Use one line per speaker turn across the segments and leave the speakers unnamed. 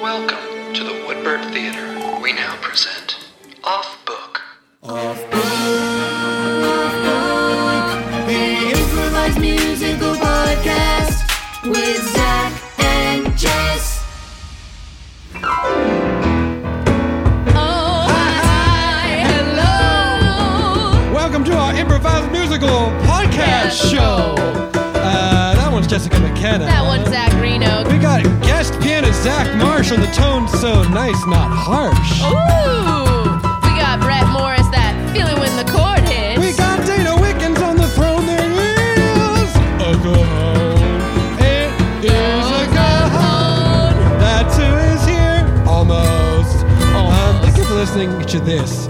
Welcome to the Woodbird Theater. We now present Off Book.
Off book, off book, the improvised musical podcast with Zach and Jess.
Oh,
Welcome to our improvised musical podcast show. Uh, that one's Jessica McKenna.
That one's Zach Reno.
We got guest pianist Zach Marsh on the tone so nice, not harsh.
Oh, Ooh, we got Brett Morris. That feeling when the chord hits.
We got Dana Wickens on the throne. There is a goal. It is a goal. That's who is here. Almost. Um, thank you for listening to this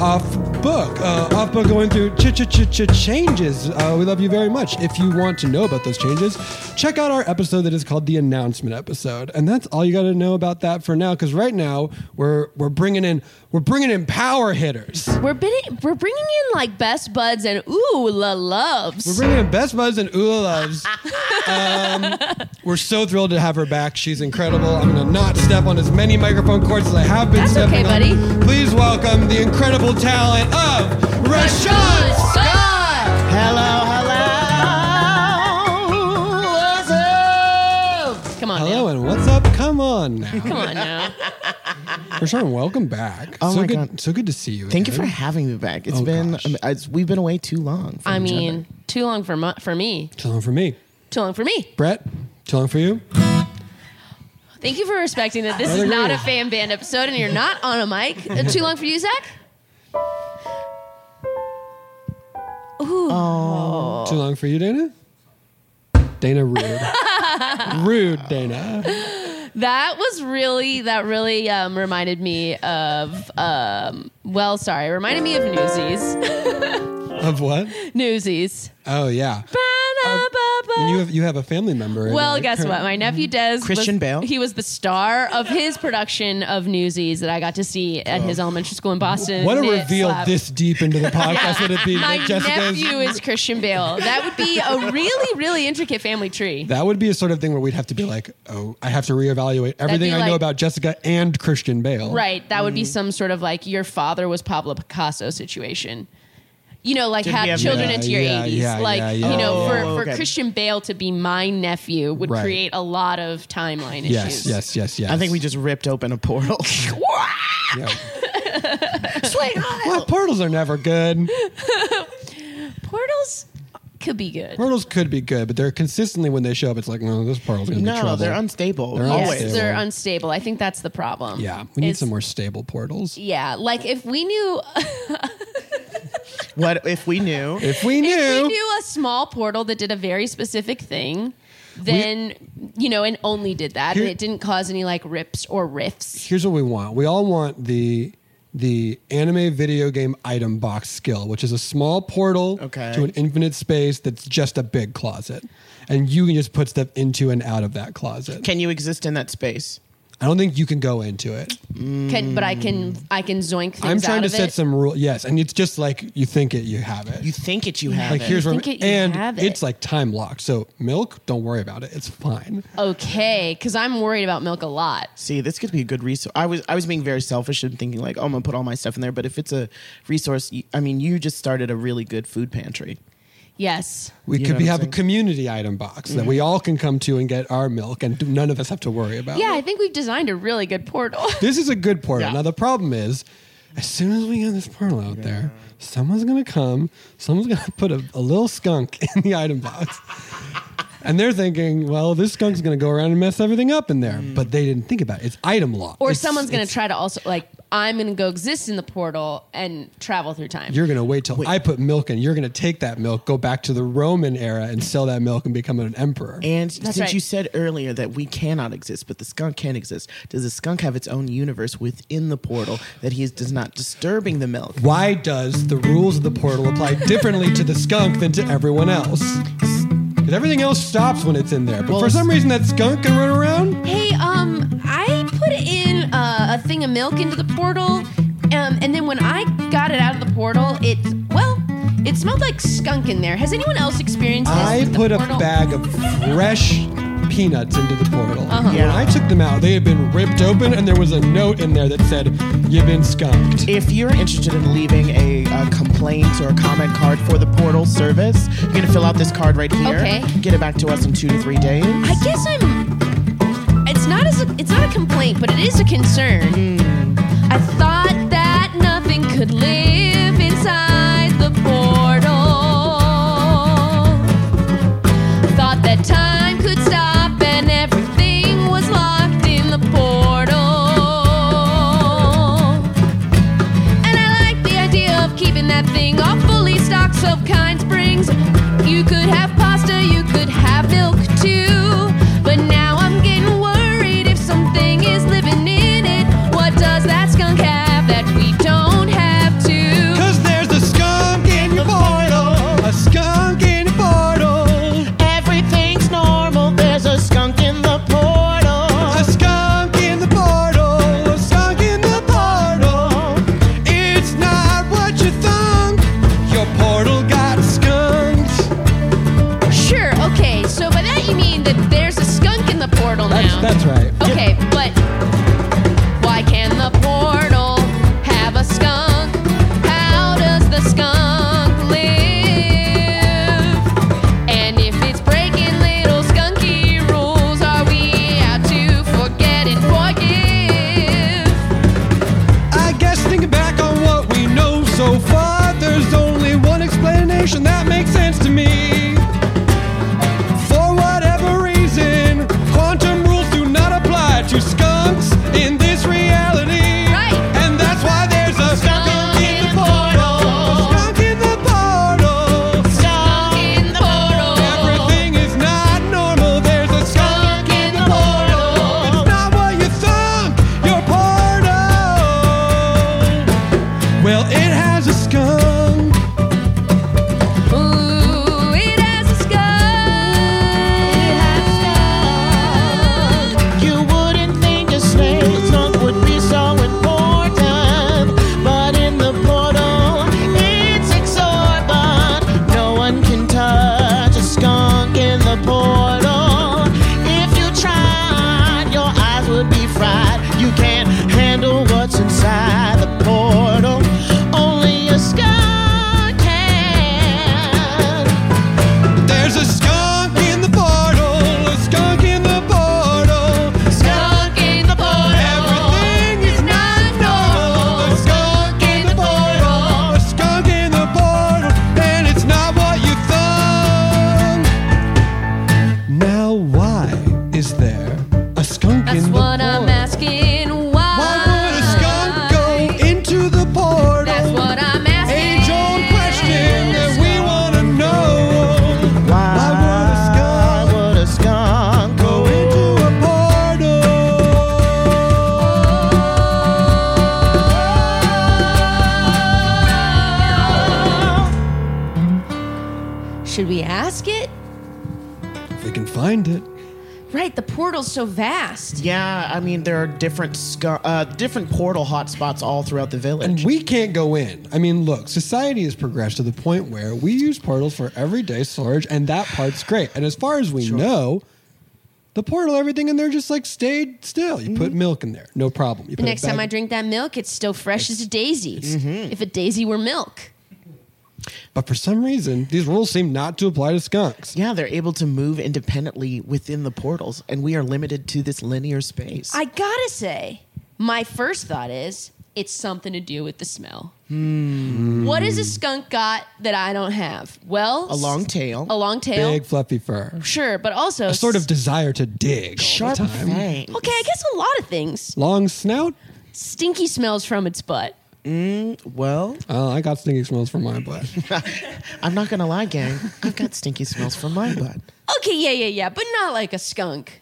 off book. Uh, off book going through ch ch ch ch changes. Uh, we love you very much. If you want to know about those changes, check out our episode that is called the announcement episode. And that's all you got to know about that for now. Because right now we're we're bringing in we're bringing in power hitters.
We're bringing, we're bringing in like best buds and ooh la
We're
loves.
bringing in Best Buds and Ula Loves. Um, we're so thrilled to have her back. She's incredible. I'm going to not step on as many microphone cords as I have been
That's okay,
stepping
buddy.
on. Please welcome the incredible talent of Rashawn Scott.
Hello, hello. What's up?
Come on,
Hello
now.
and what's up? Come on now.
come on now.
Rashawn, welcome back.
Oh
so
my
good,
God.
So good to see you.
Thank you for
again.
having me back. It's
Oh,
been
gosh.
um, it's, we've been away too long. from
I
each
mean,
other.
too long for mu- for me.
Too long for me.
Too long for me.
Brett, too long for you.
Thank you for respecting that. This
Brother
is not
Green.
a fan band episode, and you're not on a mic. Uh, Too long for you, Zach. Ooh,
Oh.
Too long for you, Dana. Dana rude. rude, Dana.
that was really that really um, reminded me of um, well, sorry, reminded me of Newsies.
Of what?
Newsies.
Oh yeah. Um, And you have you have a family member. in
Well,
it. Mm-hmm.
guess what? My nephew Des was-
Christian Bale?
He was the star of his production of Newsies that I got to see at his elementary school in Boston.
Oh. What a
It
reveal
slapped.
this deep into the podcast would it be?
My
that Jessica's-
nephew is Christian Bale. That would be a really, really intricate family tree.
That would be a sort of thing where we'd have to be like, oh, I have to reevaluate everything I know
like-
about Jessica and Christian Bale.
right. That
Mm.
would be some sort of like your father was Pablo Picasso situation. You know, like
Did he
have
have-
children
Yeah,
into your
yeah,
80s.
yeah,
like,
yeah, yeah,
you know,
yeah.
for,
Oh,
for
okay.
Christian Bale to be my nephew would
Right.
create a lot of timeline
Yes,
issues.
yes, yes, yes.
I think we just ripped open a portal.
Yeah. Well, portals are never good.
Portals could be good.
Portals could be good, but they're consistently when they show up, it's like, no, this portal's gonna be
no,
trouble.
they're unstable.
They're
Yes,
Always.
they're unstable. I think that's the problem.
yeah, we need
It's- e-
some more stable portals.
Yeah, like if we knew
What if we knew?
If we knew,
if we knew a small portal that did a very specific thing, then you know, and only did that.
Here-
and it didn't cause any like rips or riffs.
here's what we want. We all want the the anime video game item box skill, which is a small portal
Okay.
to an infinite space that's just a big closet. And you can just put stuff into and out of that closet.
Can you exist in that space?
I don't think you can go into it.
Can, but I can I can zoink things
I'm trying
out
to
of
set
it.
some rule. Yes, and it's just like you think it, you have it.
You think it, you have
like
it.
here's where
think it, you
and
have it.
it's like time locked. So milk, don't worry about it. It's fine.
okay, because I'm worried about milk a lot.
See, this could be a good resource. I was I was being very selfish and thinking like, oh, I'm gonna put all my stuff in there. But if it's a resource, y- I mean, you just started a really good food pantry.
Yes.
We
You know
could be,
what I'm
have a
saying? Mm-hmm.
community item box that we all can come to and get our milk, and none of us have to worry about.
Yeah,
it.
I think we've designed a really good portal.
This is a good portal.
Yeah.
Now the problem is, as soon as we get this portal out there, someone's gonna come. Someone's gonna put a, a little skunk in the item box, and they're thinking, "Well, this skunk's gonna go around and mess everything up in there." But they didn't think about it. It's item lock.
Or
It's-
someone's going to
it's-
try to also, like, I'm going to go exist in the portal and travel through time.
You're gonna wait till I put milk in. You're gonna take that milk, go back to the Roman era, and sell that milk and become an emperor.
And
That's
since
right.
you said earlier that we cannot exist, but the skunk can exist, does the skunk have its own universe within the portal that he is does not disturbing the milk?
Why does the rules of the portal apply differently to the skunk than to everyone else? Because everything else stops when it's in there. But
Well,
for
it's-
some reason, that skunk can run around.
Hey, um, I put in uh, a thing of milk into the portal, um, and then when I got it out of the portal, it well, it smelled like skunk in there. Has anyone else experienced this?
I
with the
put a
portal?
bag of fresh peanuts into the portal. When
Yeah.
I took them out, they had been ripped open, and there was a note in there that said, "You've been skunked."
If you're interested in leaving a, uh complaint or a comment card for the portal service, you're going to fill out this card right here.
Okay.
Get it back to us in two to three days.
I guess I'm. It's not as a, it's not a complaint, but it is a concern. I thought that nothing could live inside the portal. Thought that time could stop and everything was locked in the portal. And I like the idea of keeping that thing all fully stocked so kind springs. You could have pasta, you could have milk too. But now I'm getting worried if something is living in it. What does that skunk have that we don't have to?
Cause there's a skunk in your portal, a skunk in your portal,
Everything's normal. There's a skunk in the
a
portal.
skunk in the portal, a skunk in the portal. It's not what you thunk. Your portal got skunked.
Sure, okay, so by that you mean that there's a skunk in the portal now.
That's right.
Okay, but why can the portal have a skunk? How does the skunk live? And if it's breaking little skunky rules, are we out to forget and forgive?
I guess thinking back on what we know so far, there's only one explanation that makes sense to me. For whatever reason, quantum rules do not apply to skunks in this reality.
Right.
And that's why there's a skunk in the portal. Skunk in the portal.
Skunk in the portal.
Everything is not normal. There's a skunk in the portal. It's not what you thunk. Your portal. Well, it has a skunk.
Ooh, it has a skunk.
You wouldn't think a snake skunk would be so important, but in the portal, it's exorbitant. No one can touch a skunk in the portal. If you tried, your eyes would be fried. You can't handle what's inside the portal. Only a skunk can.
There's a skunk in the portal. A skunk in the portal.
Skunk in the portal.
Everything is not normal. A skunk in the portal. A skunk in the portal. And it's not what you thunk. Now, why is there a skunk
That's
in the
what
portal?
I'm asking. Why?
Why would a skunk go into the portal?
That's what I'm asking.
Age old question that we want to know. Why would a skunk
would a skunk
go into a portal?
Should we ask it?
If we can find it.
Right, the portal's so vast.
Yeah, I mean there are different scu- uh, different portal hotspots all throughout the
And
village.
we can't go in. I mean, look, society has progressed to the point where we use portals for everyday storage, and that part's great. And as far as we know, the portal, everything in there just like stayed still. You put milk in there, no problem. You
The
Mm-hmm.
next time I drink that milk, it's still fresh as a daisy. If a daisy were milk.
But for some reason, these rules seem not to apply to skunks.
Yeah, they're able to move independently within the portals, and we are limited to this linear space.
I gotta say, my first thought is it's something to do with the smell.
Hmm.
What has a skunk got that I don't have? Well,
a long tail,
a long tail,
Big fluffy fur.
sure, but also
A sort of desire to dig. all the
sharp
time.
fang.
Okay, I guess a lot of things.
Long snout.
Stinky smells from its butt.
Well,
Oh, I got stinky smells from my butt.
I'm not gonna lie, gang. I've got stinky smells from my butt.
Okay, yeah, yeah, yeah, but not like a skunk.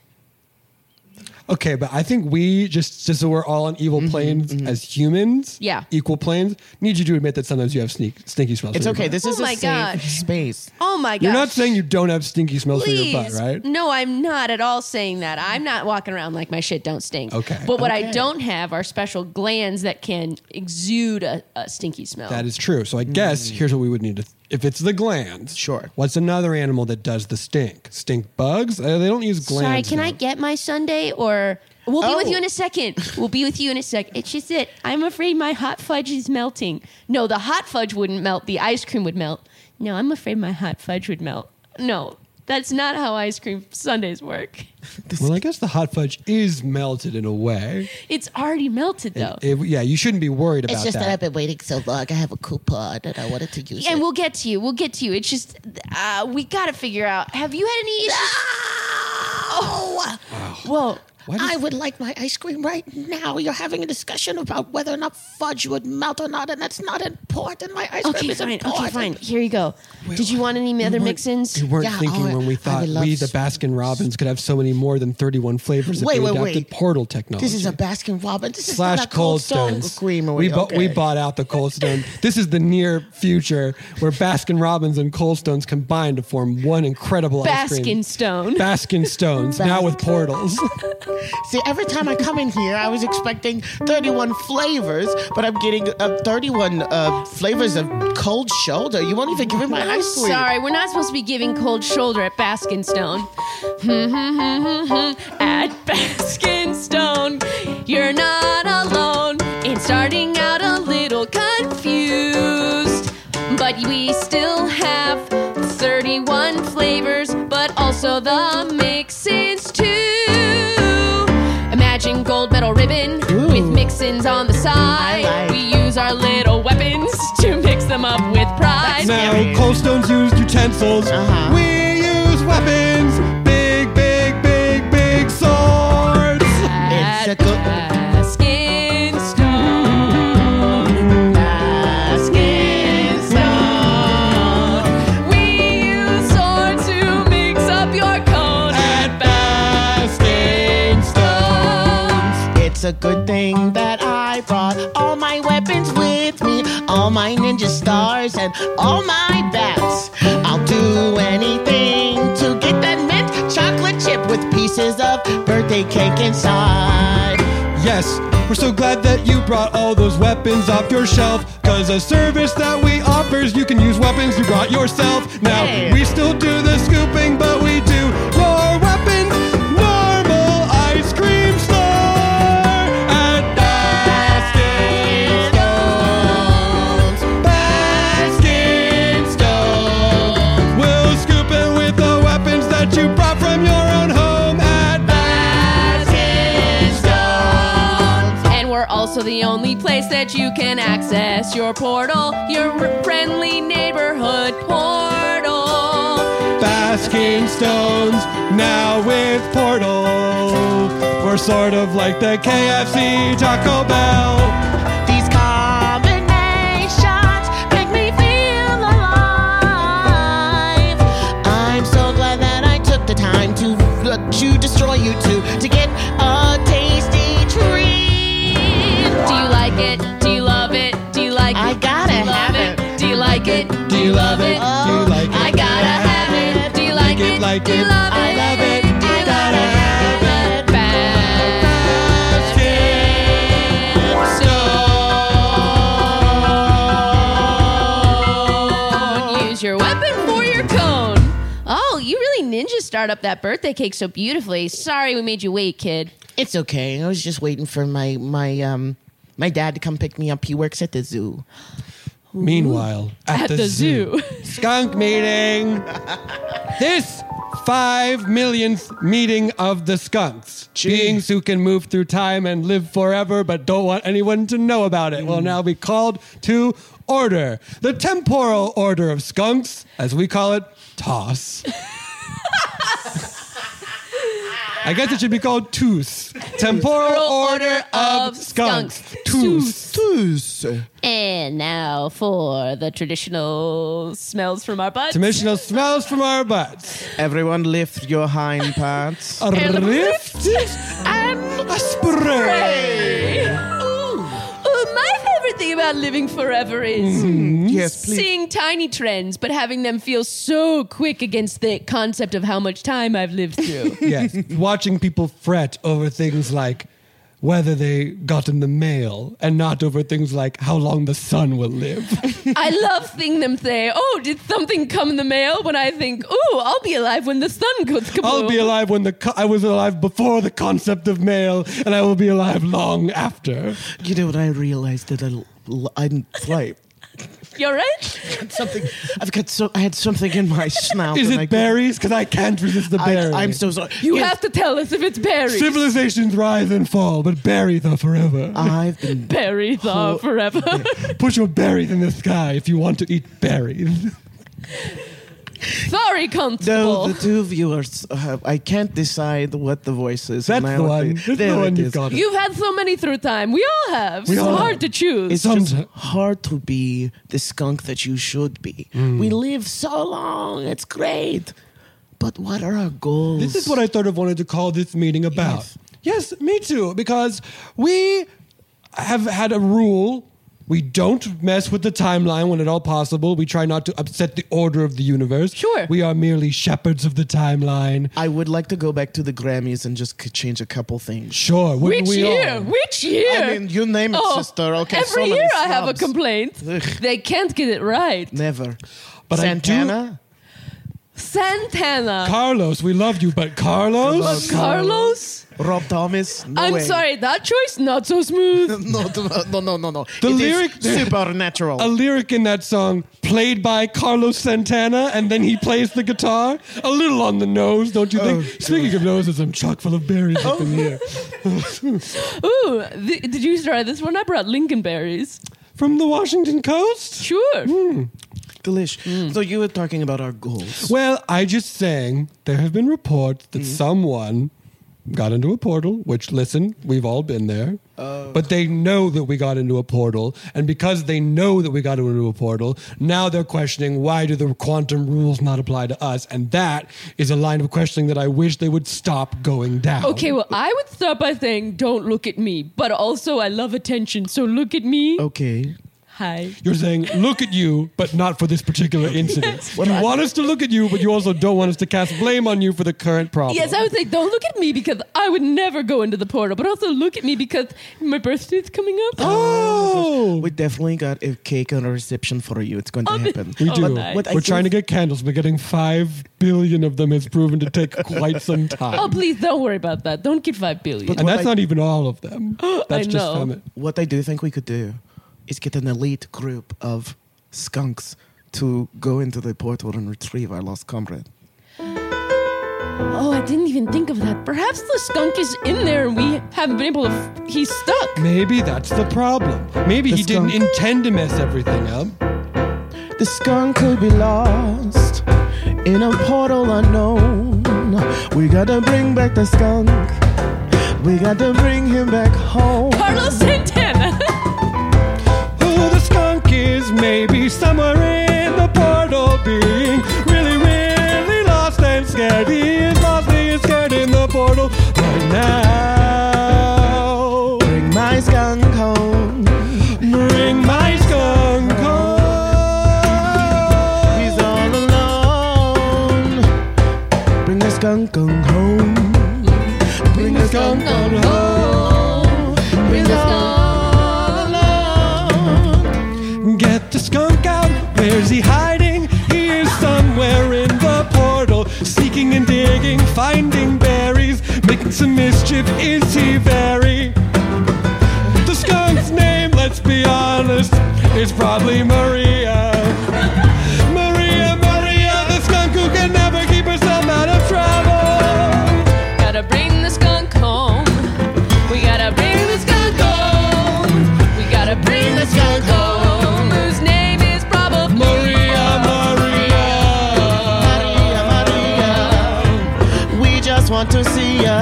Okay, but I think we just just so we're all on evil planes as humans,
Mm-hmm, Yeah.
equal planes. Need you to admit that sometimes you have sneak, stinky smells.
It's
for your
okay.
butt.
This
Oh
is
my
a safe
God.
space.
Oh my god!
You're not saying you don't have stinky smells
Please.
for your butt, right?
No, I'm not at all saying that. I'm not walking around like my shit don't stink.
Okay.
But what I don't have are special glands that can exude a, a stinky smell.
That is true. So I guess
Mm.
here's what we would need to. if it's the glands,
Sure.
What's another animal that does the stink? Stink bugs? Uh, they don't use glands.
Sorry, can
now.
I get my Sunday or we'll be with
Oh.
you in a second. We'll be with you in a sec. It's just that I'm afraid my hot fudge is melting. No, the hot fudge wouldn't melt. The ice cream would melt. No, I'm afraid my hot fudge would melt. No, that's not how ice cream Sundays work.
Well, I guess the hot fudge is melted in a way.
It's already melted though.
It- yeah, you shouldn't be worried about that.
been waiting so long. I have a coupon and I wanted to use
and we'll get to you. We'll get to you. It's just uh, we got to figure out. Have you had any issues? Oh, whoa!
Why does-
would like my ice cream right now. You're having a discussion about whether or not fudge would melt or not, and that's not important. My ice
Okay, fine. Okay, fine. Here you go. Did you want any other mix-ins?
We weren't
Yeah,
thinking
I-
when we
I
thought
would love
we, the
s-
Baskin Robbins, could have so many more than 31 flavors if
Wait,
we
wait,
adopted
wait.
portal technology.
This is a Baskin Robbins. This is
slash
not a
Cold Stones.
creamery.
we, bu- we
Okay.
bought out the Cold Stone. this is the near future where Baskin Robbins and Cold Stones combine to form one incredible ice cream.
Baskin Stone.
Baskin Stones, now with portals.
See, every time I come in here, I was expecting 31 flavors, but I'm getting uh, 31 uh, flavors of cold shoulder. You won't even give me my
I'm
ice cream.
sorry, we're not supposed to be giving cold shoulder at Baskin Stone. at Baskin Stone, you're not alone in starting out a little confused. But we still have 31 flavors, but also the mix-ins too. Imagine gold medal ribbon with mix-ins on the side.
I like-
We use our little weapons to mix them up with pride.
now, Cold Stones used utensils.
Uh-huh.
We use weapons. Big, big, big, big swords.
It's a
At
good-
Baskin Stone. Baskin Stone. We use swords to mix up your cone. At Baskin Stone.
It's a good thing that I brought all my weapons with me, all my ninja stars, and all my bats. I'll do anything to get that mint chocolate chip with pieces of birthday cake inside.
Yes, we're so glad that you brought all those weapons off your shelf. Cause a service that we offers, you can use weapons you brought yourself. Now,
Hey.
we still do the scooping, but we do more weapons. Normal ice cream store at Baskin Stones. Baskin Stones. We'll scoop it with the weapons that you brought from your own home at Baskin Stones.
And we're also the only place that you can access your portal, your friendly neighborhood portal.
Basking Stones, now with Portal. We're sort of like the KFC Taco Bell.
These combinations make me feel alive. I'm so glad that I took the time to let you destroy you two to get a tasty treat.
Do you like it? Do you love it? Do you like
I
it?
gotta
Do you love
have
it? Do you like it?
Do you love it? Do you like it?
I gotta have it. Do you like
Like it,
it?
like
Do you
it.
love
I
it?
love it.
Do
I
you love
gotta
it?
have it.
Don't use your weapon for your cone. Oh, you really ninja starred up that birthday cake so beautifully. Sorry we made you wait, kid.
It's okay. I was just waiting for my my um my dad to come pick me up. He works at the zoo.
Meanwhile, at,
At the zoo.
skunk meeting. this five millionth meeting of the skunks, beings who can move through time and live forever, but don't want anyone to know about it, will now be called to order. The temporal order of skunks, as we call it, toss. I guess it should be called toos. Temporal order of
of
skunks.
skunks.
Toos.
And now for the traditional smells from our butts.
Dimensional smells from our butts.
Everyone lift your hind parts.
A
And
rift
and
a spray.
Ooh. Ooh, my favorite thing about living forever is
Mm-hmm. yes, please.
seeing tiny trends, but having them feel so quick against the concept of how much time I've lived through.
Yes, watching people fret over things like whether they got in the mail and not over things like how long the sun will live.
I love seeing them say, "Oh, did something come in the mail?" When I think, "Ooh, I'll be alive when the sun goes kaboom."
I'll be alive when the co- I was alive before the concept of mail and I will be alive long after.
You know what I realized that I, l- I didn't like.
You're right.
something. I've got so. I had something in my snout.
Is
and I
it berries? Because I can't resist the
I,
berry.
I'm so sorry.
You
Yes,
have to tell us if it's berries.
Civilizations rise and fall, but berries are forever.
I've been.
berries are forever.
Put your berries in the sky if you want to eat berries.
Sorry,
No,
constable.
the two viewers. Have, I can't decide what the voice is.
That's
and I
the
want
one.
to-
That's the
there
one
it
you've
is.
got.
You've had so many through time. We all have.
We
so
all
hard
have.
to choose.
It's
Someti-
just hard to be the skunk that you should be.
Mm.
We live so long. It's great. But what are our goals?
This is what I sort of wanted to call this meeting about. Yes, me too, because we have had a rule. We don't mess with the timeline when at all possible. We try not to upset the order of the universe.
Sure.
We are merely shepherds of the timeline.
I would like to go back to the Grammys and just c- change a couple things.
Sure.
Which
wouldn't we all?
year? Which year? Oh,
I mean, you name it, sister. Okay,
every
so many
year I have a
snubs.
complaint.
Ugh.
They can't get it right.
Never.
But I do-
Santana.
Santana.
Carlos, we love you, but Carlos?
But Carlos?
Rob Thomas. Oh, No
I'm
way.
sorry, that choice not so smooth.
No, no, no, no, no.
The
It is
lyric-
supernatural.
a lyric in that song played by Carlos Santana, and then he plays the guitar. A little on the nose, don't you think? Speaking of noses, I'm chock full of berries up in here.
Ooh, th- did you try this one? I brought Lincoln berries.
From the Washington coast?
Sure.
Delish.
Mm.
So you were talking about our goals.
Well, I just saying there have been reports that someone got into a portal, which listen, we've all been there. But they know that we got into a portal, and because they know that we got into a portal, now they're questioning why do the quantum rules not apply to us? And that is a line of questioning that I wish they would stop going down.
Okay, well, I would start by saying, don't look at me, but also I love attention, so look at me.
Okay.
Hi.
You're saying, look at you, but not for this particular incident. You want us to look at you, but you also don't want us to cast blame on you for the current problem.
Yes, I would say, don't look at me because I would never go into the portal, but also look at me because my birthday's coming up.
Oh!
We definitely got a cake and a reception for you. It's going to
Oh, the-
happen.
We
Oh,
do.
nice.
What I
We're trying to
think-
get candles, but getting five billion of them has proven to take quite some time.
Oh, please don't worry about that. Don't get five billion.
and
what
that's
I-
not even all of them. That's just
know.
from it.
What I do think we could do is get an elite group of skunks to go into the portal and retrieve our lost comrade.
Oh, I didn't even think of that. Perhaps the skunk is in there and we haven't been able to. F- he's stuck.
Maybe that's the problem. Maybe
The
he didn't
skunk.
intend to mess everything up.
The skunk could be lost in a portal unknown. We gotta bring back the skunk. We gotta bring him back home.
Carlos Santana.
Oh, the skunk is maybe somewhere in the portal, being really, really lost and scared. He is lost, he is scared in the portal right now.
Bring my skunk home.
Bring my skunk home.
He's all alone. Bring the skunk on home. Bring the skunk on home. Bring the skunk alone.
Get the skunk out. Where's he hiding? He is somewhere in the portal, seeking and digging, finding berries, making some mischief. Is he very? The skunk's name, let's be honest, It's probably Maria. Maria, Maria, the skunk who can never keep herself out of trouble.
Gotta bring the skunk home. We gotta bring the skunk home. We gotta bring the skunk home. Whose name is probably
Maria, Maria.
Maria, Maria, we just want to see ya.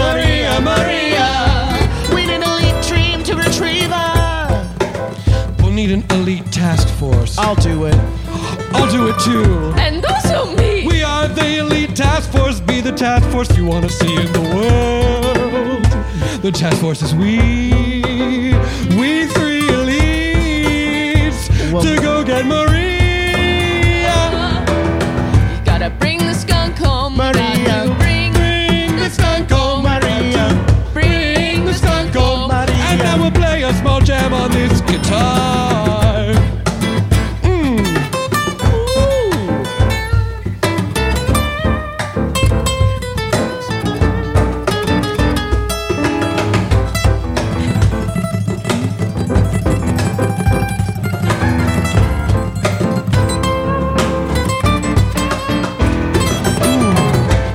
Maria, Maria, we need a lead dream to retrieve her.
We'll need an elite task force.
I'll do it.
I'll do it too.
And also me.
We are the elite task force. Be the task force you want to see in the world. The task force is we. We three elites
Well-
to go get Maria.
You gotta bring the skunk home.
Maria.
Gotta bring,
Bring the skunk home,
Maria.
bring the skunk home.
Maria.
And now we'll play a small jam on this guitar.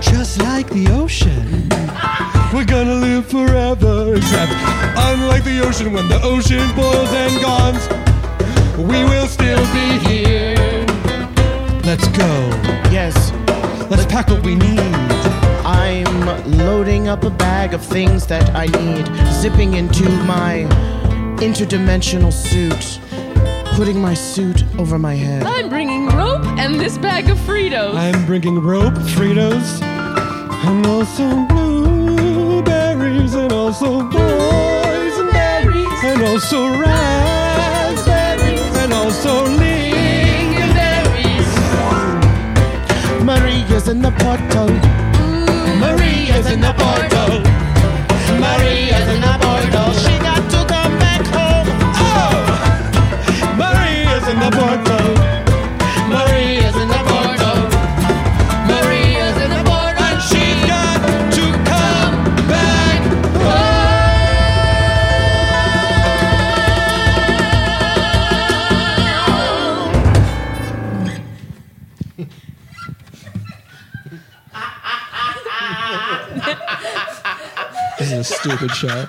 Just like the ocean. We're gonna live forever, except unlike the ocean, when the ocean boils and gones, we will still be here. Let's go.
Yes,
Let's pack what we need.
I'm loading up a bag of things that I need, zipping into my interdimensional suit, putting my suit over my head.
I'm bringing rope and this bag of Fritos.
I'm bringing rope, Fritos, and also blueberries, and also boysenberries, and also raspberries, and also lingonberries.
Maria's in the portal.
Maria's in the portal. Maria's in the portal.
She got to come back home.
Oh! Maria's in the portal. Maria's in the portal.
Maria's in the bar and
She's got to come back This is a stupid show.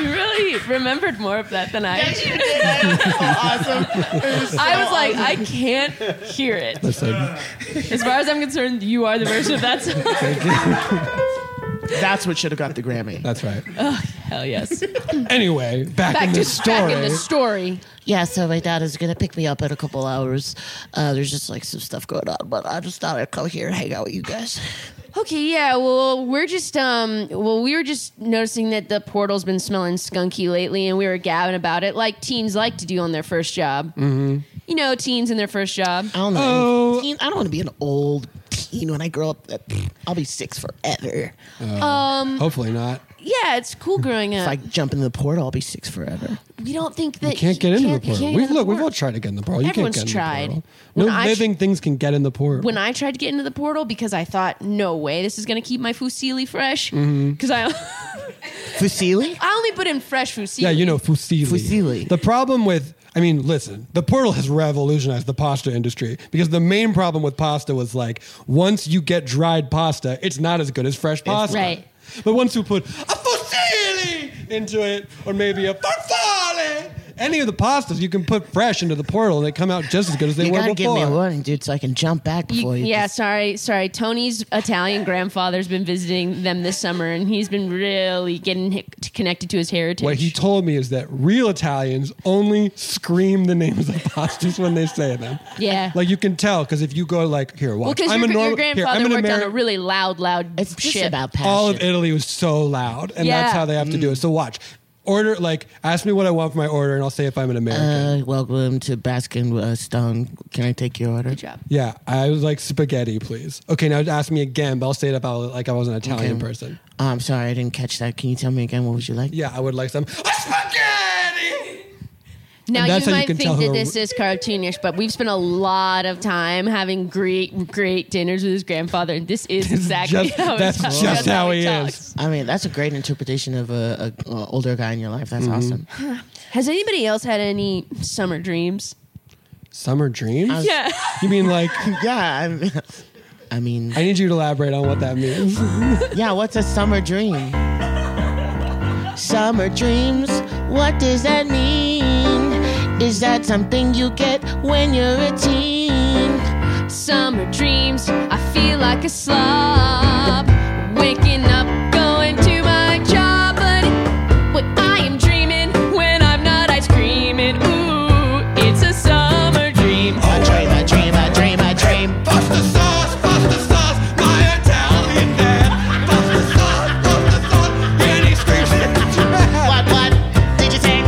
You really remembered more of that than I. Yes, you did. awesome. I was like, I can't hear it.
It's like,
As far as I'm concerned, you are the version of that song.
That's what should have got the Grammy.
that's right.
Hell yes.
Anyway, back, in the story.
story.
Yeah, so my dad is gonna pick me up in a couple hours. Uh, there's just like some stuff going on, but I just thought I'd come here and hang out with you guys.
Okay, yeah. Well, we're just um. Well, we were just noticing that the portal's been smelling skunky lately, and we were gabbing about it, like teens like to do on their first job. Mm-hmm. You know, teens in their first job.
I don't know.
Oh.
Teen- I don't want to be an old teen when I grow up. Uh, pfft, I'll be six forever.
Hopefully not.
Yeah, it's cool growing
If
Uh.
up.
I jump in the portal, I'll be six forever.
we don't think that
You can't get into the portal.
can't
We've
into the
look, we've
portal.
all tried to get in the portal. You
Everyone's
can't get
tried.
in the portal.
When
no
I-
living things can get in the portal.
when I tried to get into the portal because I thought, no way, this is going to keep my fusilli fresh.
Mm-hmm.
Because I,
Fusili?
I only put in fresh fusilli.
yeah, you know, Fusili.
Fusilli.
The problem with, I mean, listen, the portal has revolutionized the pasta industry because the main problem with pasta was like, once you get dried pasta, it's not as good as fresh pasta.
Right.
But once you put a Fusili into it, or maybe a Farfalle, any of the pastas you can put fresh into the portal and they come out just as good as they
You
were
gotta give
before.
me a warning, dude, so I can jump back
You-
before you.
yeah, sorry, sorry. Tony's Italian grandfather's been visiting them this summer, and he's been really getting hi- connected to his heritage.
What he told me is that real Italians only scream the names of pastas when they say them.
Yeah.
Like you can tell because if you go like here,
well,
watch.
because your,
a normal
your grandfather
here, I'm an
worked on
Ameri-
a really loud, loud
It's just
ship.
about passion.
All of Italy was so loud, and
Yeah.
that's how they have to do it. So watch. Order like ask me what I want for my order, and I'll say if I'm an
Uh,
American.
welcome to Baskin uh, Stone. Can I take your order? Good
job.
yeah, I was like spaghetti, please. Okay, now ask me again, but I'll say it about like I was an Italian person.
Oh, I'm sorry, I didn't catch that. Can you tell me again? What would you like?
Yeah, I would like some spaghetti.
Now
And that's
you
how you
might
can tell
think that
who-
this is cartoonish, but we've spent a lot of time having great, great dinners with his grandfather, and this is exactly
just-
how he
that's
talks.
just how he is.
talks.
I mean, that's a great interpretation of a, a, a older guy in your life. That's
Mm-hmm.
awesome.
Has anybody else had any summer dreams?
Summer dreams?
Yeah,
You mean like?
Yeah, I'm- I mean,
I need you to elaborate on what that means.
yeah. What's a summer dream? Summer dreams. What does that mean? Is that something you get when you're a teen?
summer dreams. I feel like a slob, waking up, going to my job, but what I am dreaming when I'm not ice creaming. Ooh, it's a summer dream.
A dream, a dream, a dream, a dream. What, what did you say?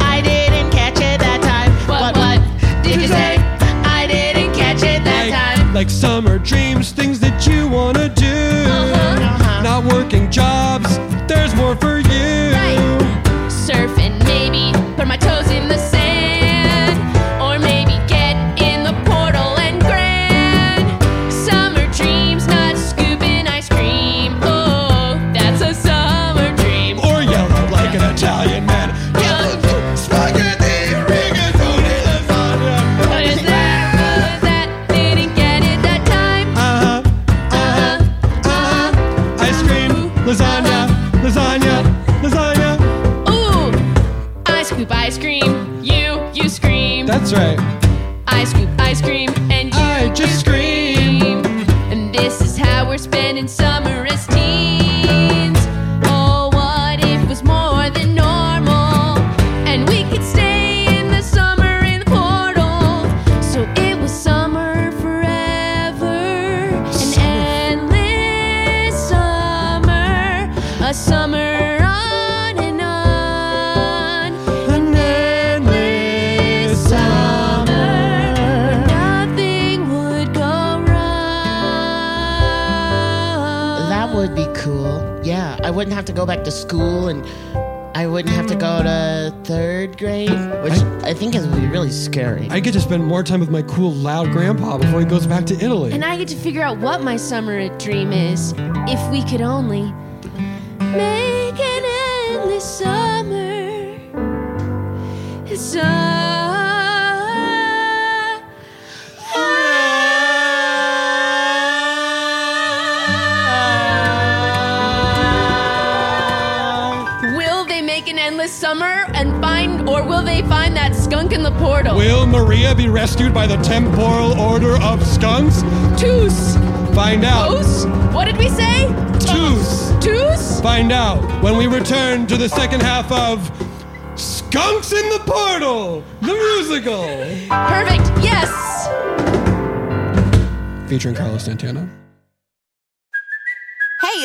I didn't catch it that time.
What, what did you say? I didn't catch it that time.
like, like summer dreams, things that you wanna do.
Uh-huh.
Not working jobs, there's more for you.
Right. Surfing, maybe, put my toes in the sand. Or maybe get in the portal and grand. Summer dreams, not scooping ice cream. Oh, that's a summer dream.
Or yellow like an Italian man. Spaghetti, rigatoni, lasagna.
What is that? What is that? Didn't get it that time.
Uh-huh,
Uh-huh. Uh-huh.
ice cream, lasagna, lasagna, lasagna.
Ooh, I scoop ice cream. You, you scream.
That's right.
I scoop ice cream and you
I just
scream. And this is how we're spending summer as teens. Oh, what if it was more than normal? And we could stay in the summer in the portal. So it was summer forever. An endless summer. A summer on and on. An endless summer. When nothing would go wrong.
That would be cool. Yeah, I wouldn't have to go back to school and I wouldn't have to go to third grade, which I, think is really scary.
I get to spend more time with my cool, loud grandpa before he goes back to Italy.
And I get to figure out what my summer dream is if we could only make an endless summer. It's a Will they make an endless summer and find, or will they find that skunk in the portal?
Will Maria be rescued by the temporal order of skunks?
Toos!
Find out.
Toos? What did we say?
Toos.
Toos?
Find out when we return to the second half of Skunks in the Portal, the musical.
Perfect. Yes!
Featuring Carlos Santana.
Hey,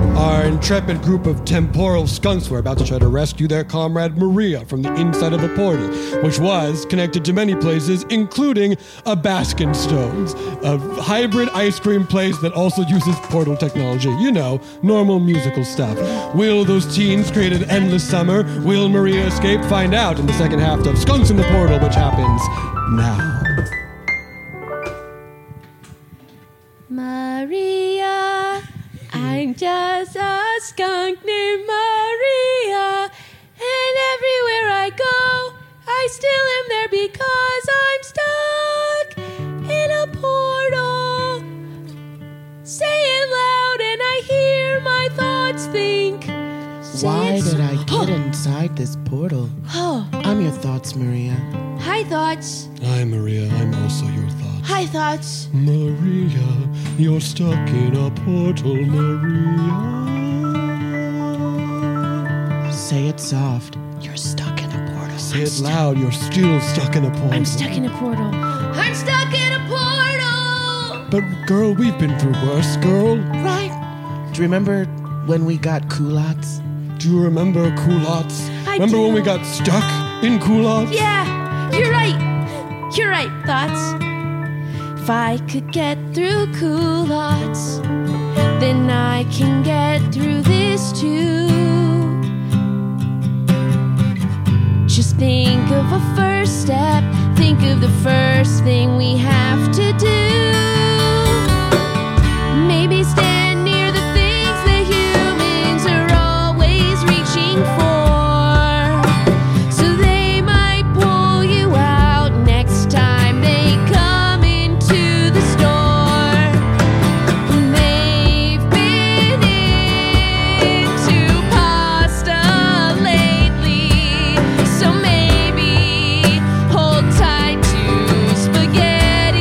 our intrepid group of temporal skunks were about to try to rescue their comrade Maria from the inside of a portal, which was connected to many places, including a Baskin Stones, a hybrid ice cream place that also uses portal technology. You know, normal musical stuff. Will those teens create an endless summer? Will Maria escape? Find out in the second half of Skunks in the Portal, which happens now.
Maria, I'm just a skunk named Maria,
Why
It's-
did I get
Oh.
inside this portal?
Oh,
I'm your thoughts, Maria.
hi thoughts.
Hi, Maria. I'm also your thought.
Hi thoughts.
Maria, you're stuck in a portal, Maria.
Say it soft.
You're stuck in a portal.
Say it loud. You're still stuck in a portal.
I'm stuck in a portal. I'm stuck in a portal.
But girl, we've been through worse, girl.
Right. Do you remember when we got culottes?
Do you remember culottes?
I
remember when
do.
we got stuck in culottes?
Yeah, you're right. You're right, thoughts. If I could get through culottes, then I can get through this too. Just think of a first step. Think of the first thing we have to do. Maybe stand near the things that humans are always reaching for. So they might pull you out next time they come into the store. They've been into pasta lately, so maybe hold tight to spaghetti.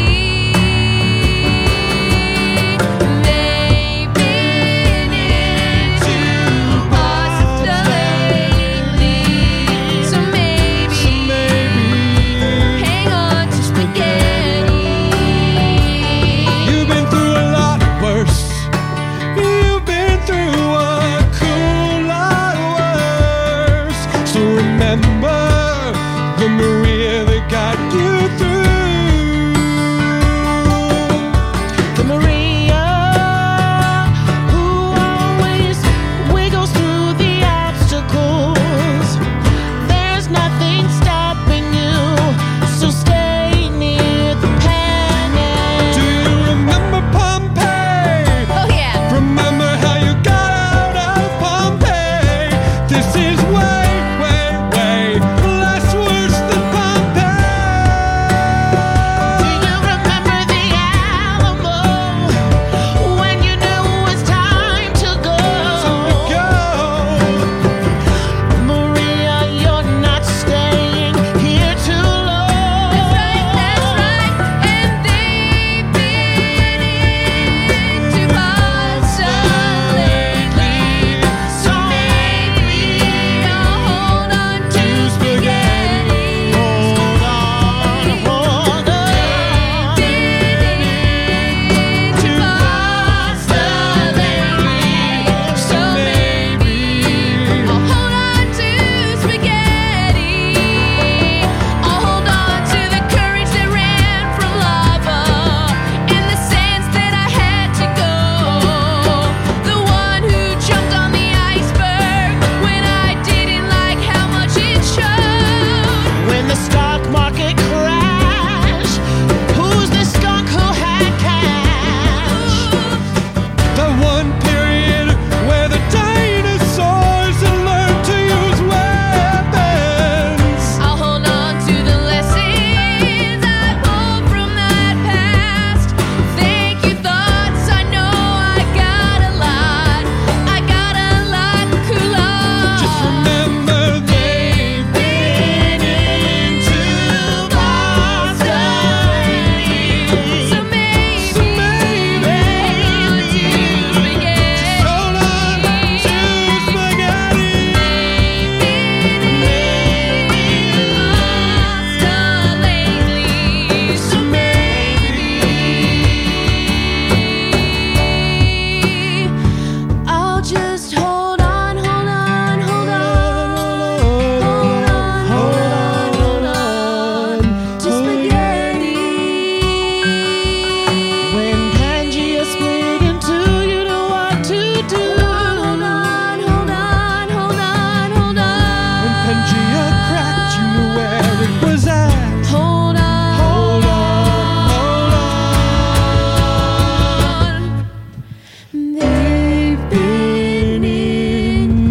Oh,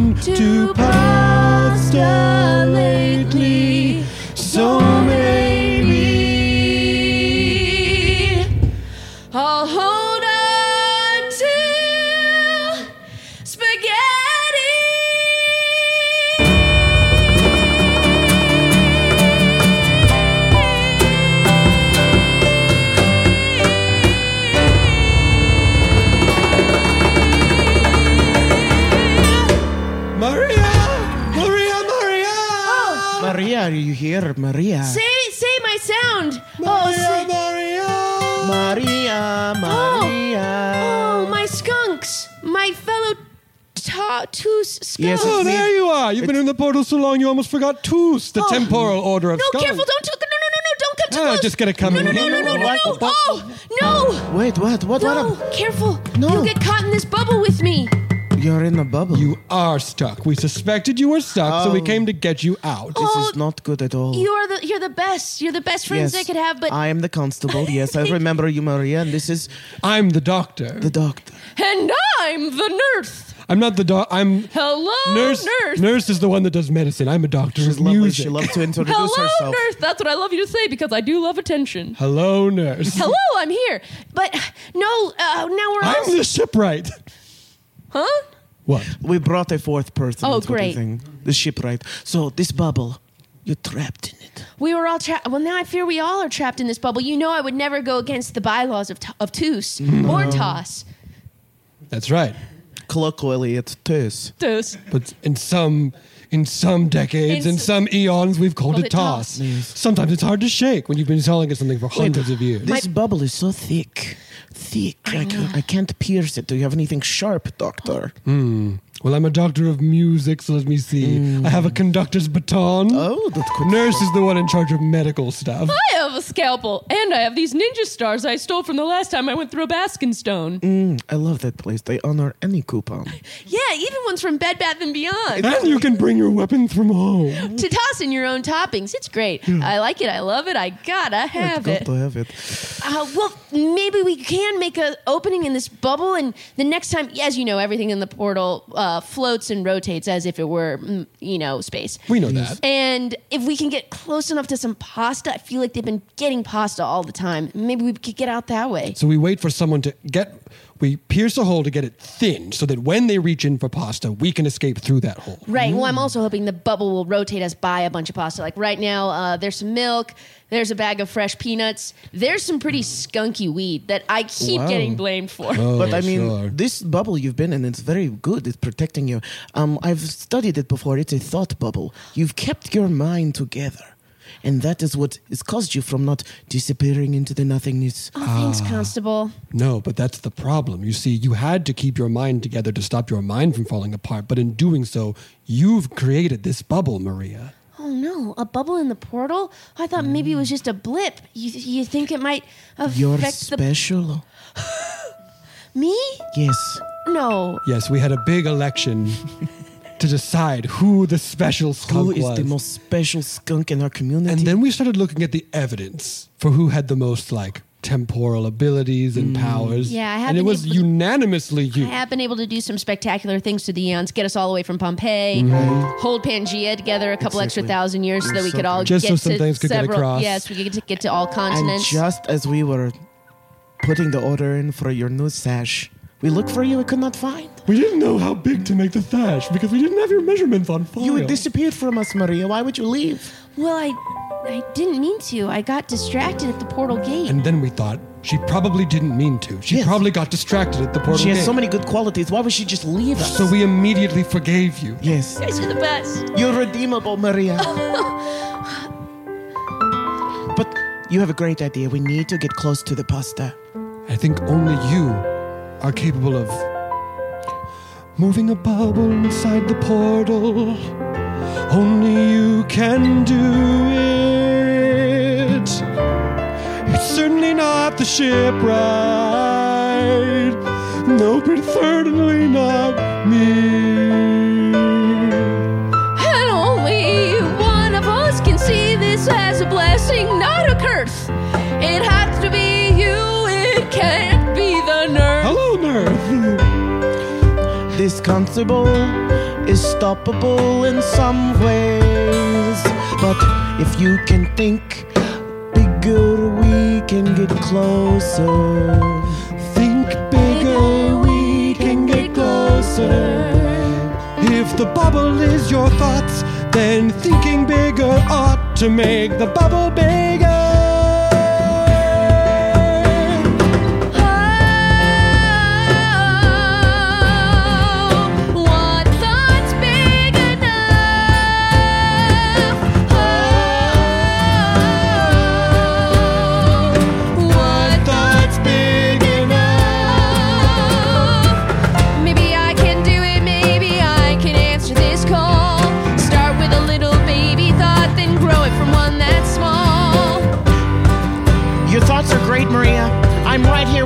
Oh, Oh,
Maria, are you here, Maria?
Say say my sound. oh,
uh,
say,
Oh,
Maria, Maria.
Oh, my skunks, my fellow tattoos skunks.
oh, there you are. You've been in the portal so long you almost forgot Toos, the
Oh.
temporal order of
No,
skulls.
careful! Don't look. No, no, no, no! Don't come too
No,
close.
just gonna come
No, no,
in
no,
here.
no, no, no,
What?
no! Oh no!
Wait, what? What?
No,
What?
careful! No, you get caught in this bubble with me.
You're in a bubble.
You are stuck. We suspected you were stuck, so we
Oh.
came to get you out.
This is Oh.
Not good at all.
You are the you're the best. You're the best friends I could have. But
I am the constable. Yes, I remember you, Maria. And this is.
I'm the doctor.
The doctor.
and I'm the nurse.
I'm not the doc. I'm
Hello,
nurse.
nurse.
is the one that does medicine. I'm a doctor of music. She
loves to
Hello, nurse. That's what I love you to say because I do love attention.
Hello, nurse.
Hello, I'm here. But no, uh, now we're
I'm
all-
the shipwright.
huh?
What?
We brought a fourth person.
Oh,
into the
great.
thing. The shipwright. So, this bubble, you're trapped in it.
We were all trapped. Well, now I fear we all are trapped in this bubble. You know, I would never go against the bylaws of, t- of Toos or Toss.
That's right.
Colloquially, it's toss.
Toos.
But in some, in some decades,
In
in,
s-
some eons, we've called,
Called
it
it toss.
toss. Sometimes it's hard to shake when you've been selling us something for hundreds of years.
This bubble is so thick. Thick. I, can't, I can't pierce it. Do you have anything sharp, doctor?
Hmm. Well, I'm a doctor of music, so let me see. I have a conductor's baton.
Mm. Oh, that's good.
Nurse is the one in charge of medical stuff.
I have a scalpel, and I have these ninja stars I stole from the last time I went through a Baskin Stone.
Mm, I love that place. They honor any coupon.
Yeah, even ones from Bed Bath and Beyond.
And you can bring your weapons from home.
to toss in your own toppings. It's great.
Mm.
I like it. I love it. I gotta have
Got
it.
to have it.
Uh, well, maybe we can make a opening in this bubble, and the next time, as you know, everything in the portal uh, floats and rotates as if it were, mm, you know, space.
We know that.
And if we can get close enough to some pasta, I feel like they've been getting pasta all the time. Maybe we could get out that way.
So we wait for someone to get. We pierce a hole to get it thin, so that when they reach in for pasta, we can escape through that hole.
Right. Well, I'm
Mm.
also hoping the bubble will rotate us by a bunch of pasta. Like right now, uh, there's some milk. There's a bag of fresh peanuts. There's some pretty skunky weed that I keep
Wow.
getting blamed for.
Oh,
Oh,
but I mean, this bubble you've been in, it's very good. It's protecting you. Um, I've studied it before. It's a thought bubble. You've kept your mind together. And that is what has caused you from not disappearing into the nothingness.
Oh, thanks, Constable.
No, but that's the problem. You see, you had to keep your mind together to stop your mind from falling apart, but in doing so, you've created this bubble, Maria.
Oh no, a bubble in the portal? I thought
Mm.
maybe it was just a blip. You, you think it might affect
You're
the
special.
me?
Yes.
No.
Yes, we had a big election to decide who the special skunk
Who is
was.
the most special skunk in our community?
and then we started looking at the evidence for who had the most like temporal abilities and
Mm.
powers.
Yeah, I have
and it
been
was
able to-
unanimously you.
I have been able to do some spectacular things to the eons, get us all the way from Pompeii, hold Pangea together a couple extra thousand years so that we could all
Just
get
Mm-hmm. so some
to
things could get
several.
across.
Yes, we could get to, get to all
And
continents.
just as we were putting the order in for your new sash, we looked for you, we could not find.
We didn't know how big to make the thatch because we didn't have your measurements on file.
You disappeared from us, Maria. Why would you leave?
well, I, I didn't mean to. I got distracted at the portal gate.
and then we thought she probably didn't mean to. She probably got distracted at the portal.
She has so
gate.
many good qualities. Why would she just leave us?
So we immediately forgave you.
Yes.
You guys are the best.
You're redeemable, Maria. but you have a great idea. We need to get close to the pasta.
I think only you are capable of moving a bubble inside the portal. Only you can do it. It's certainly not the shipwright. No, but certainly not me.
And only one of us can see this as a blessing, not a curse. It has to be you, it can't be the nurse.
Hello, nurse.
This constable is stoppable in some ways. But if you can think bigger, we can get closer.
Think bigger, we can get closer. If the bubble is your thoughts, then thinking bigger ought to make the bubble bigger.
Oh, What thought's big enough? Oh, Oh,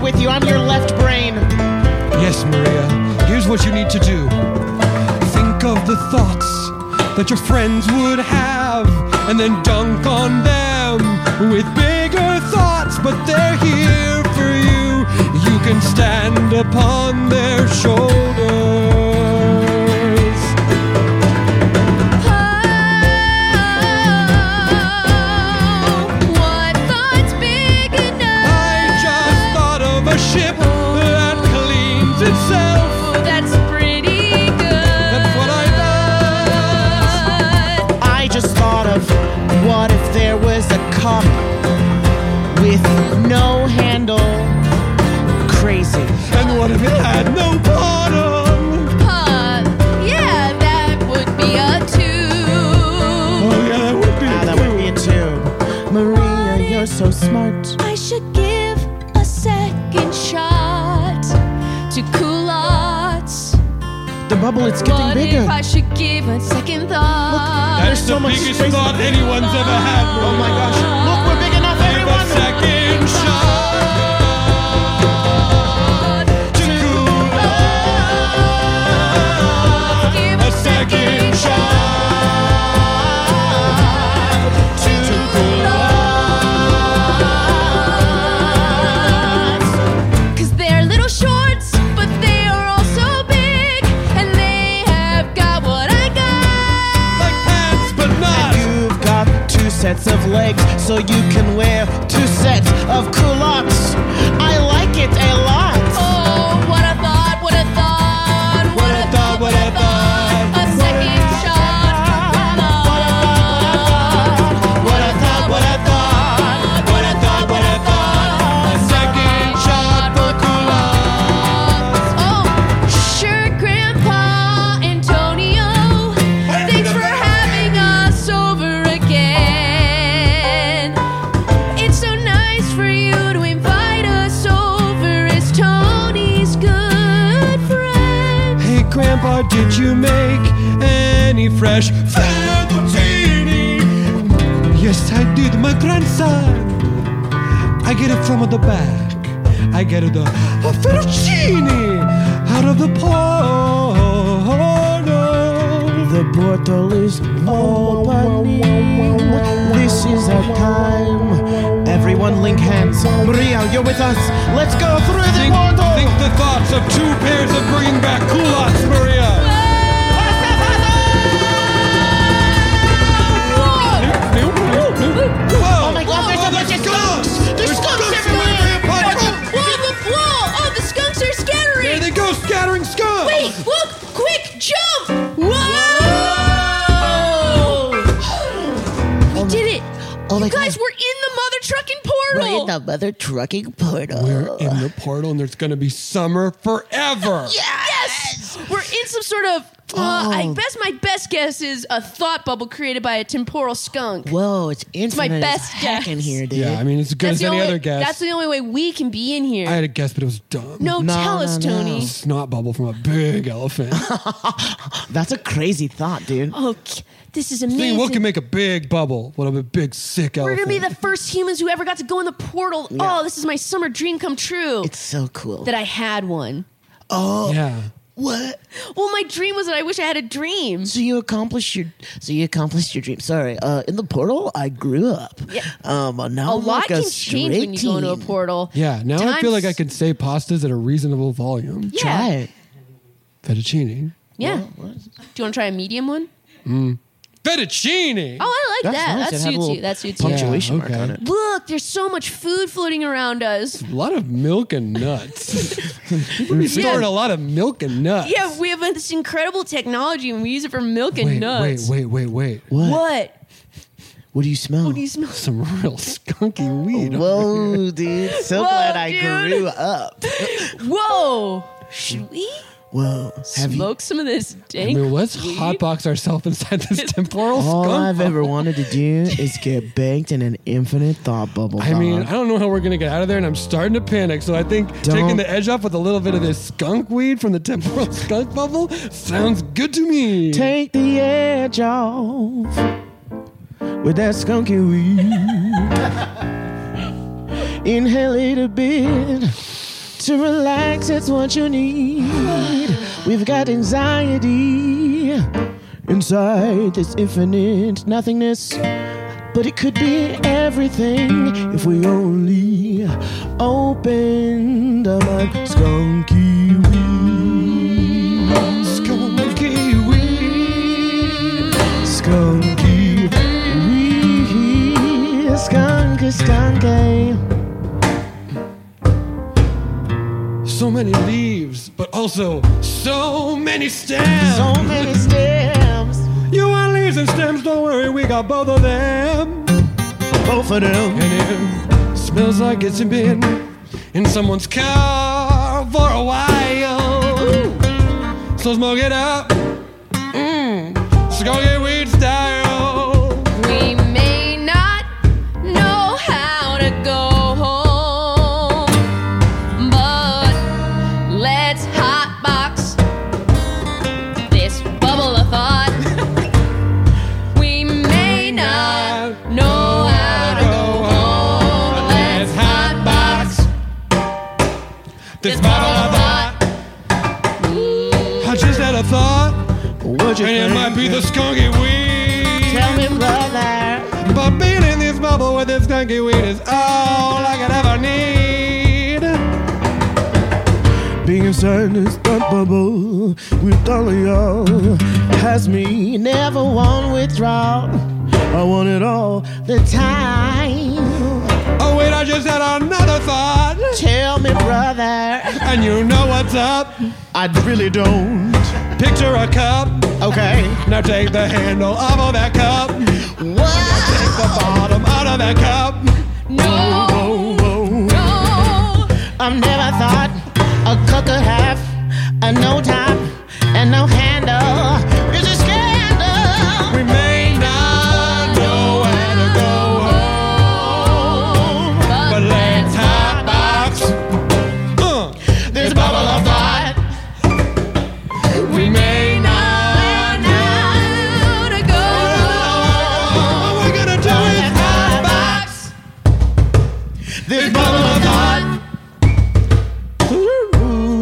with you. I'm your left brain.
Yes, Maria. Here's what you need to do think of the thoughts that your friends would have, and then dunk on them with bigger thoughts, but they're here for you. You can stand upon their shoulders.
What thought's big enough?
I just thought of a ship that cleans itself.
Oh, that's pretty good.
That's what I
I just thought of what if there was a cup with no handle? Crazy.
And what if it had no bottom?
Huh, yeah, that would be a two.
Oh, yeah, that would be
Ah, that would be a tube. Maria, you're so smart.
I should give a second shot to culottes.
The bubble, it's getting
What
bigger.
if I should give a second thought?
That's the biggest thought anyone's ever had.
oh my gosh. Look, we're big enough,
Give a
everyone.
second shot to Gulag.
Give
A second shot to Gulag.
Cause they're little shorts, but they are also big. And they have got what I got.
Like pants, but not.
You've got two sets of legs, so you can wear two sets of culottes. I like it a lot.
Oh, what I thought, what I thought, what I thought, what I thought. A second shot. Come on. What I thought, what I thought, what I thought, what I thought, what I thought. A second shot for culottes. Oh, sure, Grandpa Antonio. Thanks for having us over again. It's so nice for you to invite us over as Tony's good friend.
Hey, Grandpa, did you make any fresh fettuccine? Yes, I did, my grandson. I get it from the back. I get it the fettuccine out of the porno.
The portal is opening. This is our time. Everyone link hands. Maria, you're with us. Let's go through the
Think,
portal.
think the thoughts of two pairs of bringing back culottes, Maria. Whoa!
Oh my God, there's so much skunks. There's skunks everywhere.
Whoa, oh, the skunks are
There
scattering!
they go, scattering scum!
Wait, look, quick, jump! Whoa! We did it!
Oh my
You guys
God.
were in the mother trucking portal!
the mother trucking portal.
We're in the portal and there's gonna be summer forever.
Yes! We're in some sort of. Uh, I
Oh.
guess my best guess is a thought bubble created by a temporal skunk.
Whoa, it's
my
infinite.
best
heck in
guess.
here, dude.
Yeah, I mean, it's as good as
the
any
only,
other guess.
That's the only way we can be in here.
I had a guess, but it was dumb.
no,
No,
tell us,
no, no.
Tony.
Snot bubble from a big elephant.
That's a crazy thought, dude.
Oh, k- this is
I
amazing.
mean, what can make a big bubble? What of a big, sick
We're
elephant?
gonna be the first humans who ever got to go in the portal. Oh, this is my summer dream come true.
It's so cool.
that I had one.
yeah.
What?
Well, my dream was that I wish I had a dream.
So you accomplished your so you accomplished your dream. Sorry, uh, in the portal, I grew up.
Yeah. Oh
Um, and now
A
I'm like
lot
a
can change when you go into a
straight
portal.
Yeah, now I feel like
Times-
I can say pastas at a reasonable volume.
Yeah.
Try it.
Fettuccine.
Yeah. Do you want to try a medium one?
Fettuccine!
Oh, I like
That's nice.
that. That
It had a
suits
little
you. That suits you.
Punctuation
Yeah,
mark
okay.
on it.
Look, there's so much food floating around us.
A lot of milk and nuts. We're storing a lot of milk and nuts.
Yeah, we have this incredible technology and we use it for milk and
wait,
nuts.
wait, wait, wait, wait.
What? What,
What?
do you smell?
Do you smell?
Some real skunky weed.
Whoa, dude! So
Whoa,
glad I
dude.
grew up.
Whoa! Should we
Whoa! Have you?
smoke some of this
I
dank?
mean, let's
weed?
hotbox ourselves inside this
Oh,
temporal
All
skunk
I've ever
bubble.
wanted to do is get banked in an infinite thought bubble.
I mean,
dog.
I don't know how we're gonna get out of there, and I'm starting to panic. So I think taking
Don't-
the edge off with a little bit of this skunk weed from the temporal skunk bubble sounds good to me.
take the edge off with that skunky weed. Inhale it a bit.
To relax, it's what you need. We've got anxiety inside this infinite nothingness. But it could be everything if we only opened up on skunky weed. Skunky weed. Skunky weed. Skunky, skunky.
So many leaves, but also so many stems.
So many stems.
You want leaves and stems? Don't worry, we got both of them.
Both of
And
them.
it smells like it's been in someone's car for a while. So smoke it up. Mmm. Skunky weed style.
We may not know how to go home, but let's hotbox this bubble of thought. We may not know how to go home, but let's hotbox
This bottle of thought. I just had a thought.
What you
and it
think?
might be the skunky weed.
Tell me, brother.
But being in this bubble with this skunky weed is all I could ever need.
Being inside this thought bubble with all of y'all has me never want withdrawal. I want it all the time.
Oh, wait, I just had another thought.
Tell me, brother,
And you know what's up.
I really don't.
Picture a cup.
Okay.
Now take the handle off of that cup. Take
What?
the bottom out of that cup.
Whoa, whoa.
No,
I've never thought a cook could have a no top and no handle. It's a scandal.
We may not know how to go home. But let's hot box. Uh,
This bubble of thought.
we may not
how to go
know. We're gonna do it hot box.
This bubble of thought.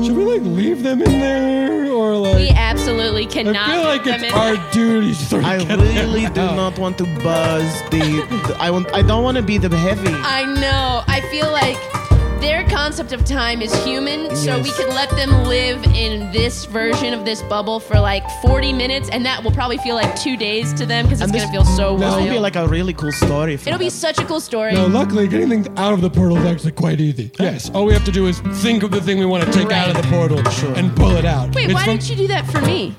Should we like leave them in there or like?
We absolutely cannot.
I feel like
get them
it's
in.
our duty to sort of
I
get
really
them
do
out.
not want to buzz the. the- I want. I don't want to be the heavy.
I know. I feel like their concept of time is human, so we
Yes.
could let them live in this version of this bubble for like 40 minutes, and that will probably feel like two days to them because
And
it's going
this-
to feel so
This
wild.
would be like a really cool story. For
It'll be
them.
such a cool story.
No, luckily, getting things out of the portal is actually quite easy. Yes, all we have to do is think of the thing we want to take out of the portal and pull it out.
Wait,
It's
why
from-
didn't you do that for me?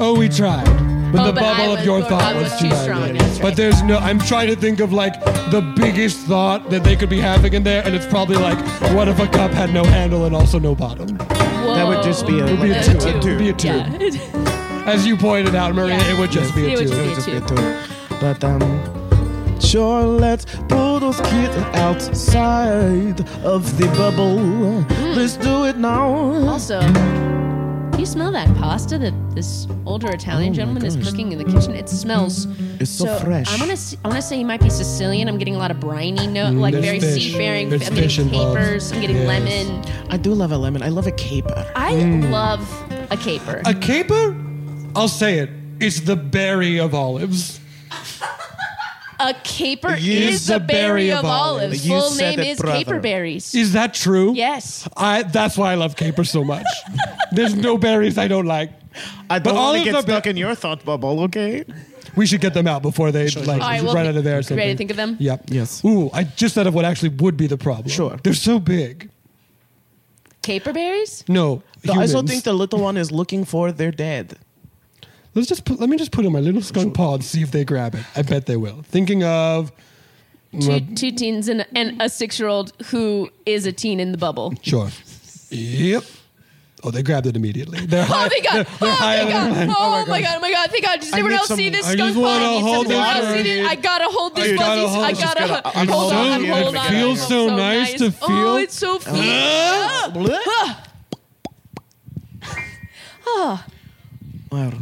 Oh, we tried. But
Oh,
the
but I
bubble of
was-
your
I
thought
was
was
too
too
strong,
bad.
that's right.
But there's no. I'm trying to think of like the biggest thought that they could be having in there, and it's probably like, what if a cup had no handle and also no bottom?
Whoa.
That would just be a.
It'd be a
like
two. It'd be a two.
Yeah.
As you pointed out, Maria,
Yeah.
it would just be
It
a
would
two.
just be a
Just
two.
be a two. But um, sure, let's pull those kids outside of the bubble. Let's do it now.
Mm. Also, do you smell that pasta that this older
Oh
Italian gentleman is cooking in the kitchen? It smells
It's so fresh.
I'm gonna, s- I want to say he might be Sicilian. I'm getting a lot of briny note, like
there's
very
fish.
seafaring.
There's
I'm getting
fish involved.
capers. I'm getting
Yes.
lemon.
I do love a lemon. I love a caper.
I love a caper.
A caper? I'll say it. It's the berry of olives.
A caper
Use
is the berry of olives.
You
Full
said
name
it,
is
brother.
caper berries.
Is that true?
Yes.
I. That's why I love capers so much. There's no berries I don't like.
I
But
don't want
olives
to
are
get stuck
be-
in your thought bubble, okay?
We should get them out before they like
All right,
run
well,
out of there. Or
you
something.
ready to think of them?
Yep.
Yes.
Ooh, I just thought of what actually would be the problem.
Sure.
They're so big.
Caper berries?
No.
I also
humans.
think the little one is looking for their dad.
Let's just put, let me just put in my little skunk paw and see if they grab it. I bet they will. Thinking of
Two, two teens and, and a six year old who is a teen in the bubble.
sure. Yep. Oh, they grabbed it immediately. They're
Oh
high,
my god!
They're, they're
oh
high
my god!
on the line.
Oh, my god! Oh my god! Thank God! Does
I
everyone
need
else
some-
see this
I just
skunk
wanna
body?
hold
Does everyone
this
else see
for
this?
you.
I gotta hold this
You gotta
fuzzies.
hold
I
this.
gotta,
Just gotta- I'm
hold on.
holding
I'm
it.
holding on.
It feels
It's
so nice to feel. Ah,
Oh, it's so feel.
Blech. Wow.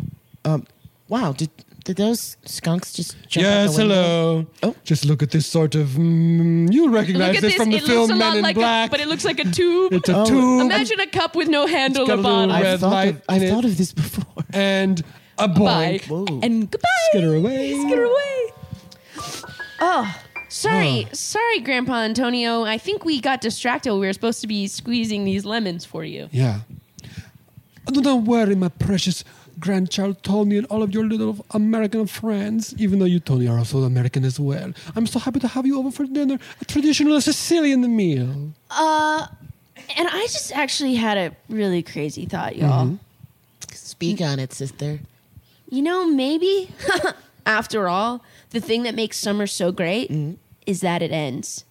Um, wow. Did
Did those skunks just jump out
Yes,
the window?
hello. Oh. Just look at this sort of. Mm, you'll recognize
Look
this,
at this.
from the
it looks a
film
lot
Men in
like
Black.
a, but it looks like a tube.
It's a Oh. tube.
Imagine a cup with no handle
got
or
a little
bottom.
red light. I've thought
of this before.
And a
Bike.
bike.
And goodbye.
Skitter away.
Skitter away. Oh, sorry, sorry, Grandpa Antonio. I think we got distracted. We were supposed to be squeezing these lemons for you.
Yeah. Oh, Don't worry, my precious grandchild Tony and all of your little American friends, even though you, Tony, are also American as well. I'm so happy to have you over for dinner, a traditional Sicilian meal.
Uh, and I just actually had a really crazy thought, y'all.
Speak on it, sister.
You know, maybe after all, the thing that makes summer so great is that it ends.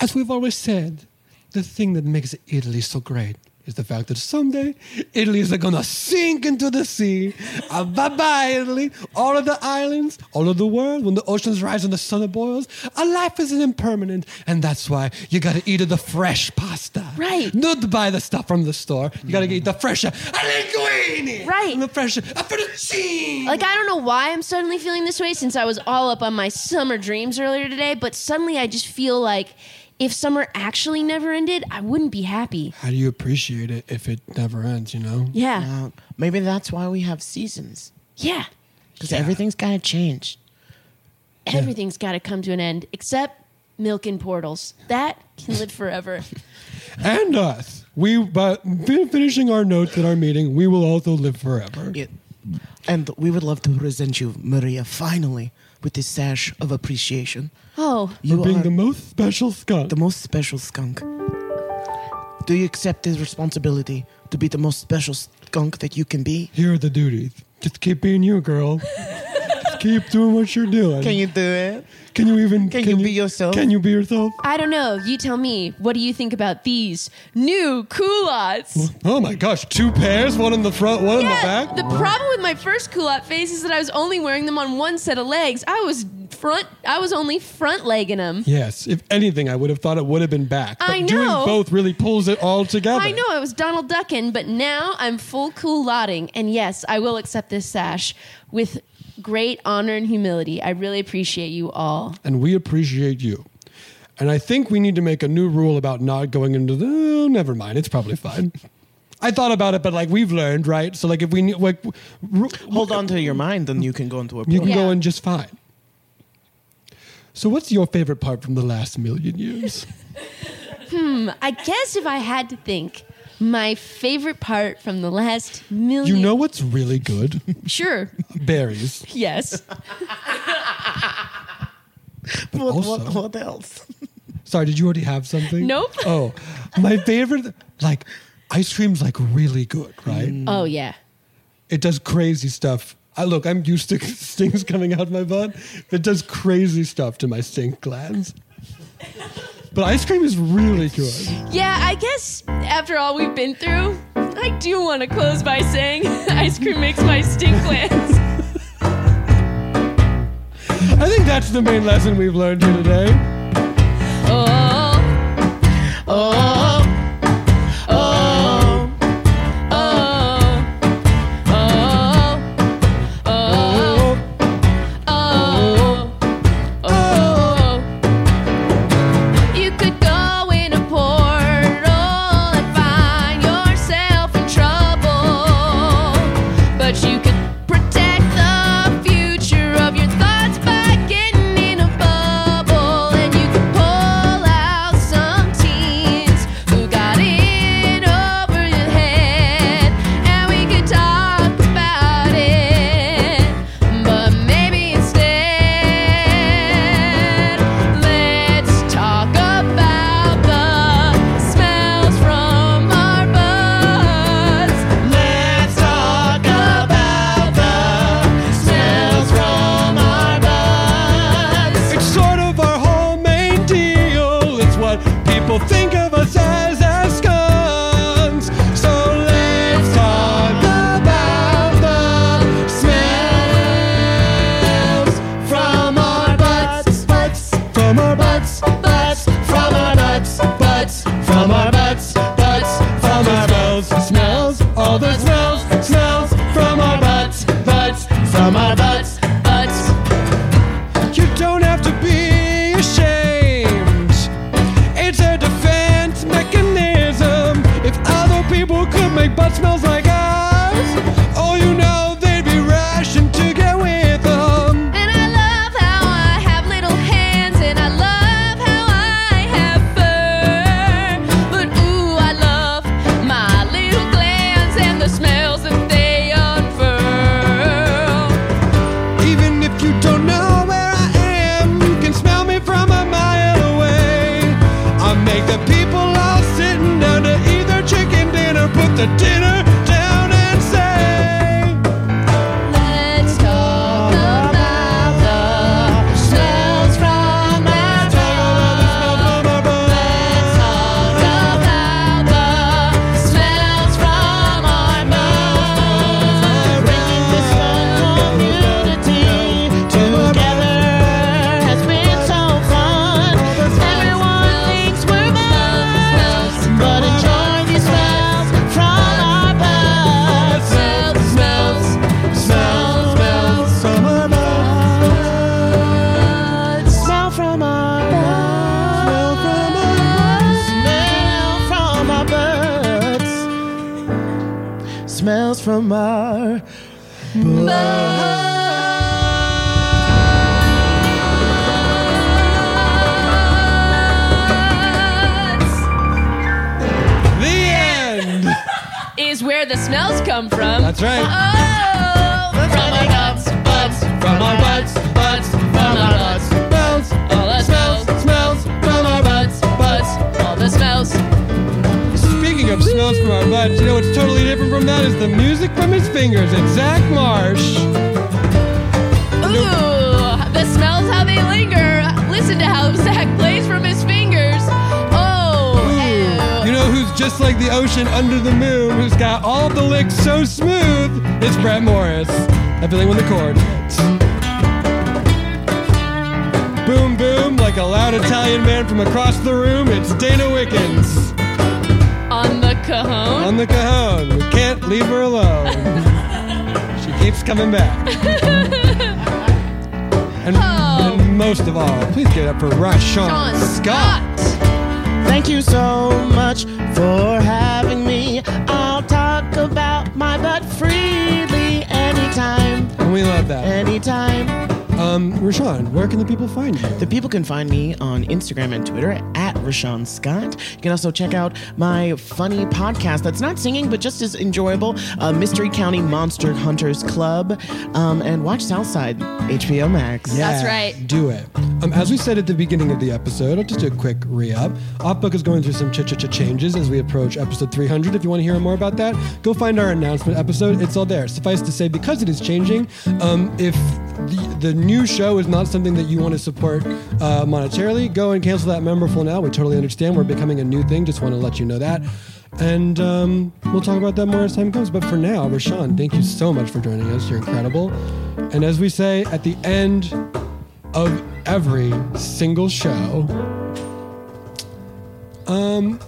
As we've always said, the thing that makes Italy so great is the fact that someday Italy is gonna sink into the sea. Uh, bye bye, Italy. All of the islands, all of the world, when the oceans rise and the sun boils, a life is impermanent. And that's why you gotta eat the fresh pasta. Right. Not buy the stuff from the store. You gotta eat the fresh. uh, A linguine! Right. the fresh. uh, A fettuccine!
Like, I don't know why I'm suddenly feeling this way since I was all up on my summer dreams earlier today, but suddenly I just feel like if summer actually never ended, I wouldn't be happy.
How do you appreciate it if it never ends, you know?
Yeah.
Uh,
maybe that's why we have seasons.
Yeah.
Because everything's got to change.
Everything's got to come to an end except milk and portals. That can live forever.
and us. We, but fin- finishing our notes at our meeting, we will also live forever.
And we would love to present you, Maria, finally, with this sash of appreciation.
Oh,
For being the most special skunk.
The most special skunk. Do you accept the responsibility to be the most special skunk that you can be?
Here are the duties. Just keep being you, girl. Just keep doing what you're doing.
Can you do it?
Can you even?
Can, you, be yourself?
Can you be yourself?
I don't know. You tell me. What do you think about these new culottes?
Oh my gosh! Two pairs, one in the front, one
Yeah,
in the back.
the problem with my first culotte phase is that I was only wearing them on one set of legs. I was front. I was only front legging them.
Yes. If anything, I would have thought it would have been back. But
I
doing
know.
both really pulls it all together.
I know I was Donald Duckin, but now I'm full cullotting. And yes, I will accept this sash with great honor and humility. I really appreciate you all.
and we appreciate you. And I think we need to make a new rule about not going into the. Oh, never mind. It's probably fine. I thought about it, but like we've learned, right? So like if we need, like ru-
Hold on to your mind, then you can go into a
you can
program.
go in just fine. So what's your favorite part from the last million years?
Hmm. I guess if I had to think, my favorite part from the last million.
you know what's really good?
Sure.
Berries.
Yes.
But
What,
also,
what, what else?
sorry, did you already have something?
Nope.
Oh, my favorite like ice cream's like really good, right?
Oh yeah.
it does crazy stuff. I look, I'm used to stings coming out of my butt. It does crazy stuff to my stink glands. But ice cream is really good.
Yeah, I guess after all we've been through, I do want to close by saying ice cream makes my stink glands.
I think that's the main lesson we've learned here today.
Oh,
Oh, oh,
oh, oh, oh, oh, oh. You could go in a portal and find yourself in trouble. But you could protect the future of your thoughts by getting in a bubble. And you could pull out some teens who got in over your head. And we could talk about it. But maybe instead, let's talk about the smells from our butts.
Let's talk about the smells from our butts.
It's sort of our whole main deal. It's what people think of us as as skunks. So let's talk about the smells
From our butts, butts,
from our
butts, butts, from our butts, butts, from our butts, butts, from our
smells, smells, all the smells, smells from our
butts, butts, from our butts,
the dinner down and say.
Let's talk about the smells from my tongue. Let's talk about the smells from our mouth. Bringing this community
together has been so fun. Everyone thinks we're buds, but enjoy these smells from our buds. Smells, smells, smells, smells from our buds. Smell from our buds. Smell from our buds. Smell from our buds. Smells from our
The end.
Is where the smells come from.
That's right.
Oh, from our nuts, butts,
From our butts, butts, from
our butts,
smells,
all the smells,
smells from our butts,
butts, all the smells.
Speaking of smells from our butts, you know what's totally different from that is the music from his fingers. It's Zach Marsh.
Ooh, the smells, how they linger. Listen to how Zach plays from his fingers. Oh, ew.
You know who's just like the ocean under the moon, who's got all the licks so smooth? It's Brett Morris. Everything with the chord. Boom, boom, like a loud Italian man from across the room, it's Dana Wickens.
on the cajon.
On the cajon. We can't leave her alone. she keeps coming back. And,
Oh.
and most of all, please get up for Rashawn
Sean
Scott.
Thank you so much for having me. I'll talk about my butt freely anytime.
And we love that.
Anytime.
Um, Rashawn, where can the people find you?
The people can find me on Instagram and Twitter at Rashawn Scott. You can also check out my funny podcast that's not singing but just as enjoyable, uh, Mystery County Monster Hunters Club, um, and watch Southside HBO Max.
That's right.
Do it. Um, as we said at the beginning of the episode, I'll just do a quick re up. Off Book is going through some ch ch ch changes as we approach episode 300. If you want to hear more about that, go find our announcement episode. It's all there. Suffice to say, because it is changing, um, if the, the new show is not something that you want to support uh, monetarily, go and cancel that member for now. We totally understand. We're becoming a new thing. Just want to let you know that. And um, we'll talk about that more as time comes. But for now, Rashawn, thank you so much for joining us. You're incredible. And as we say at the end of every single show. Um,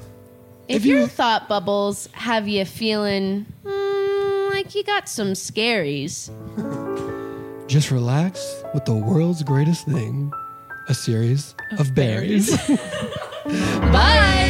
If,
If you-
your thought bubbles have you feeling mm, like you got some scaries,
just relax with the world's greatest thing a series of berries.
bye.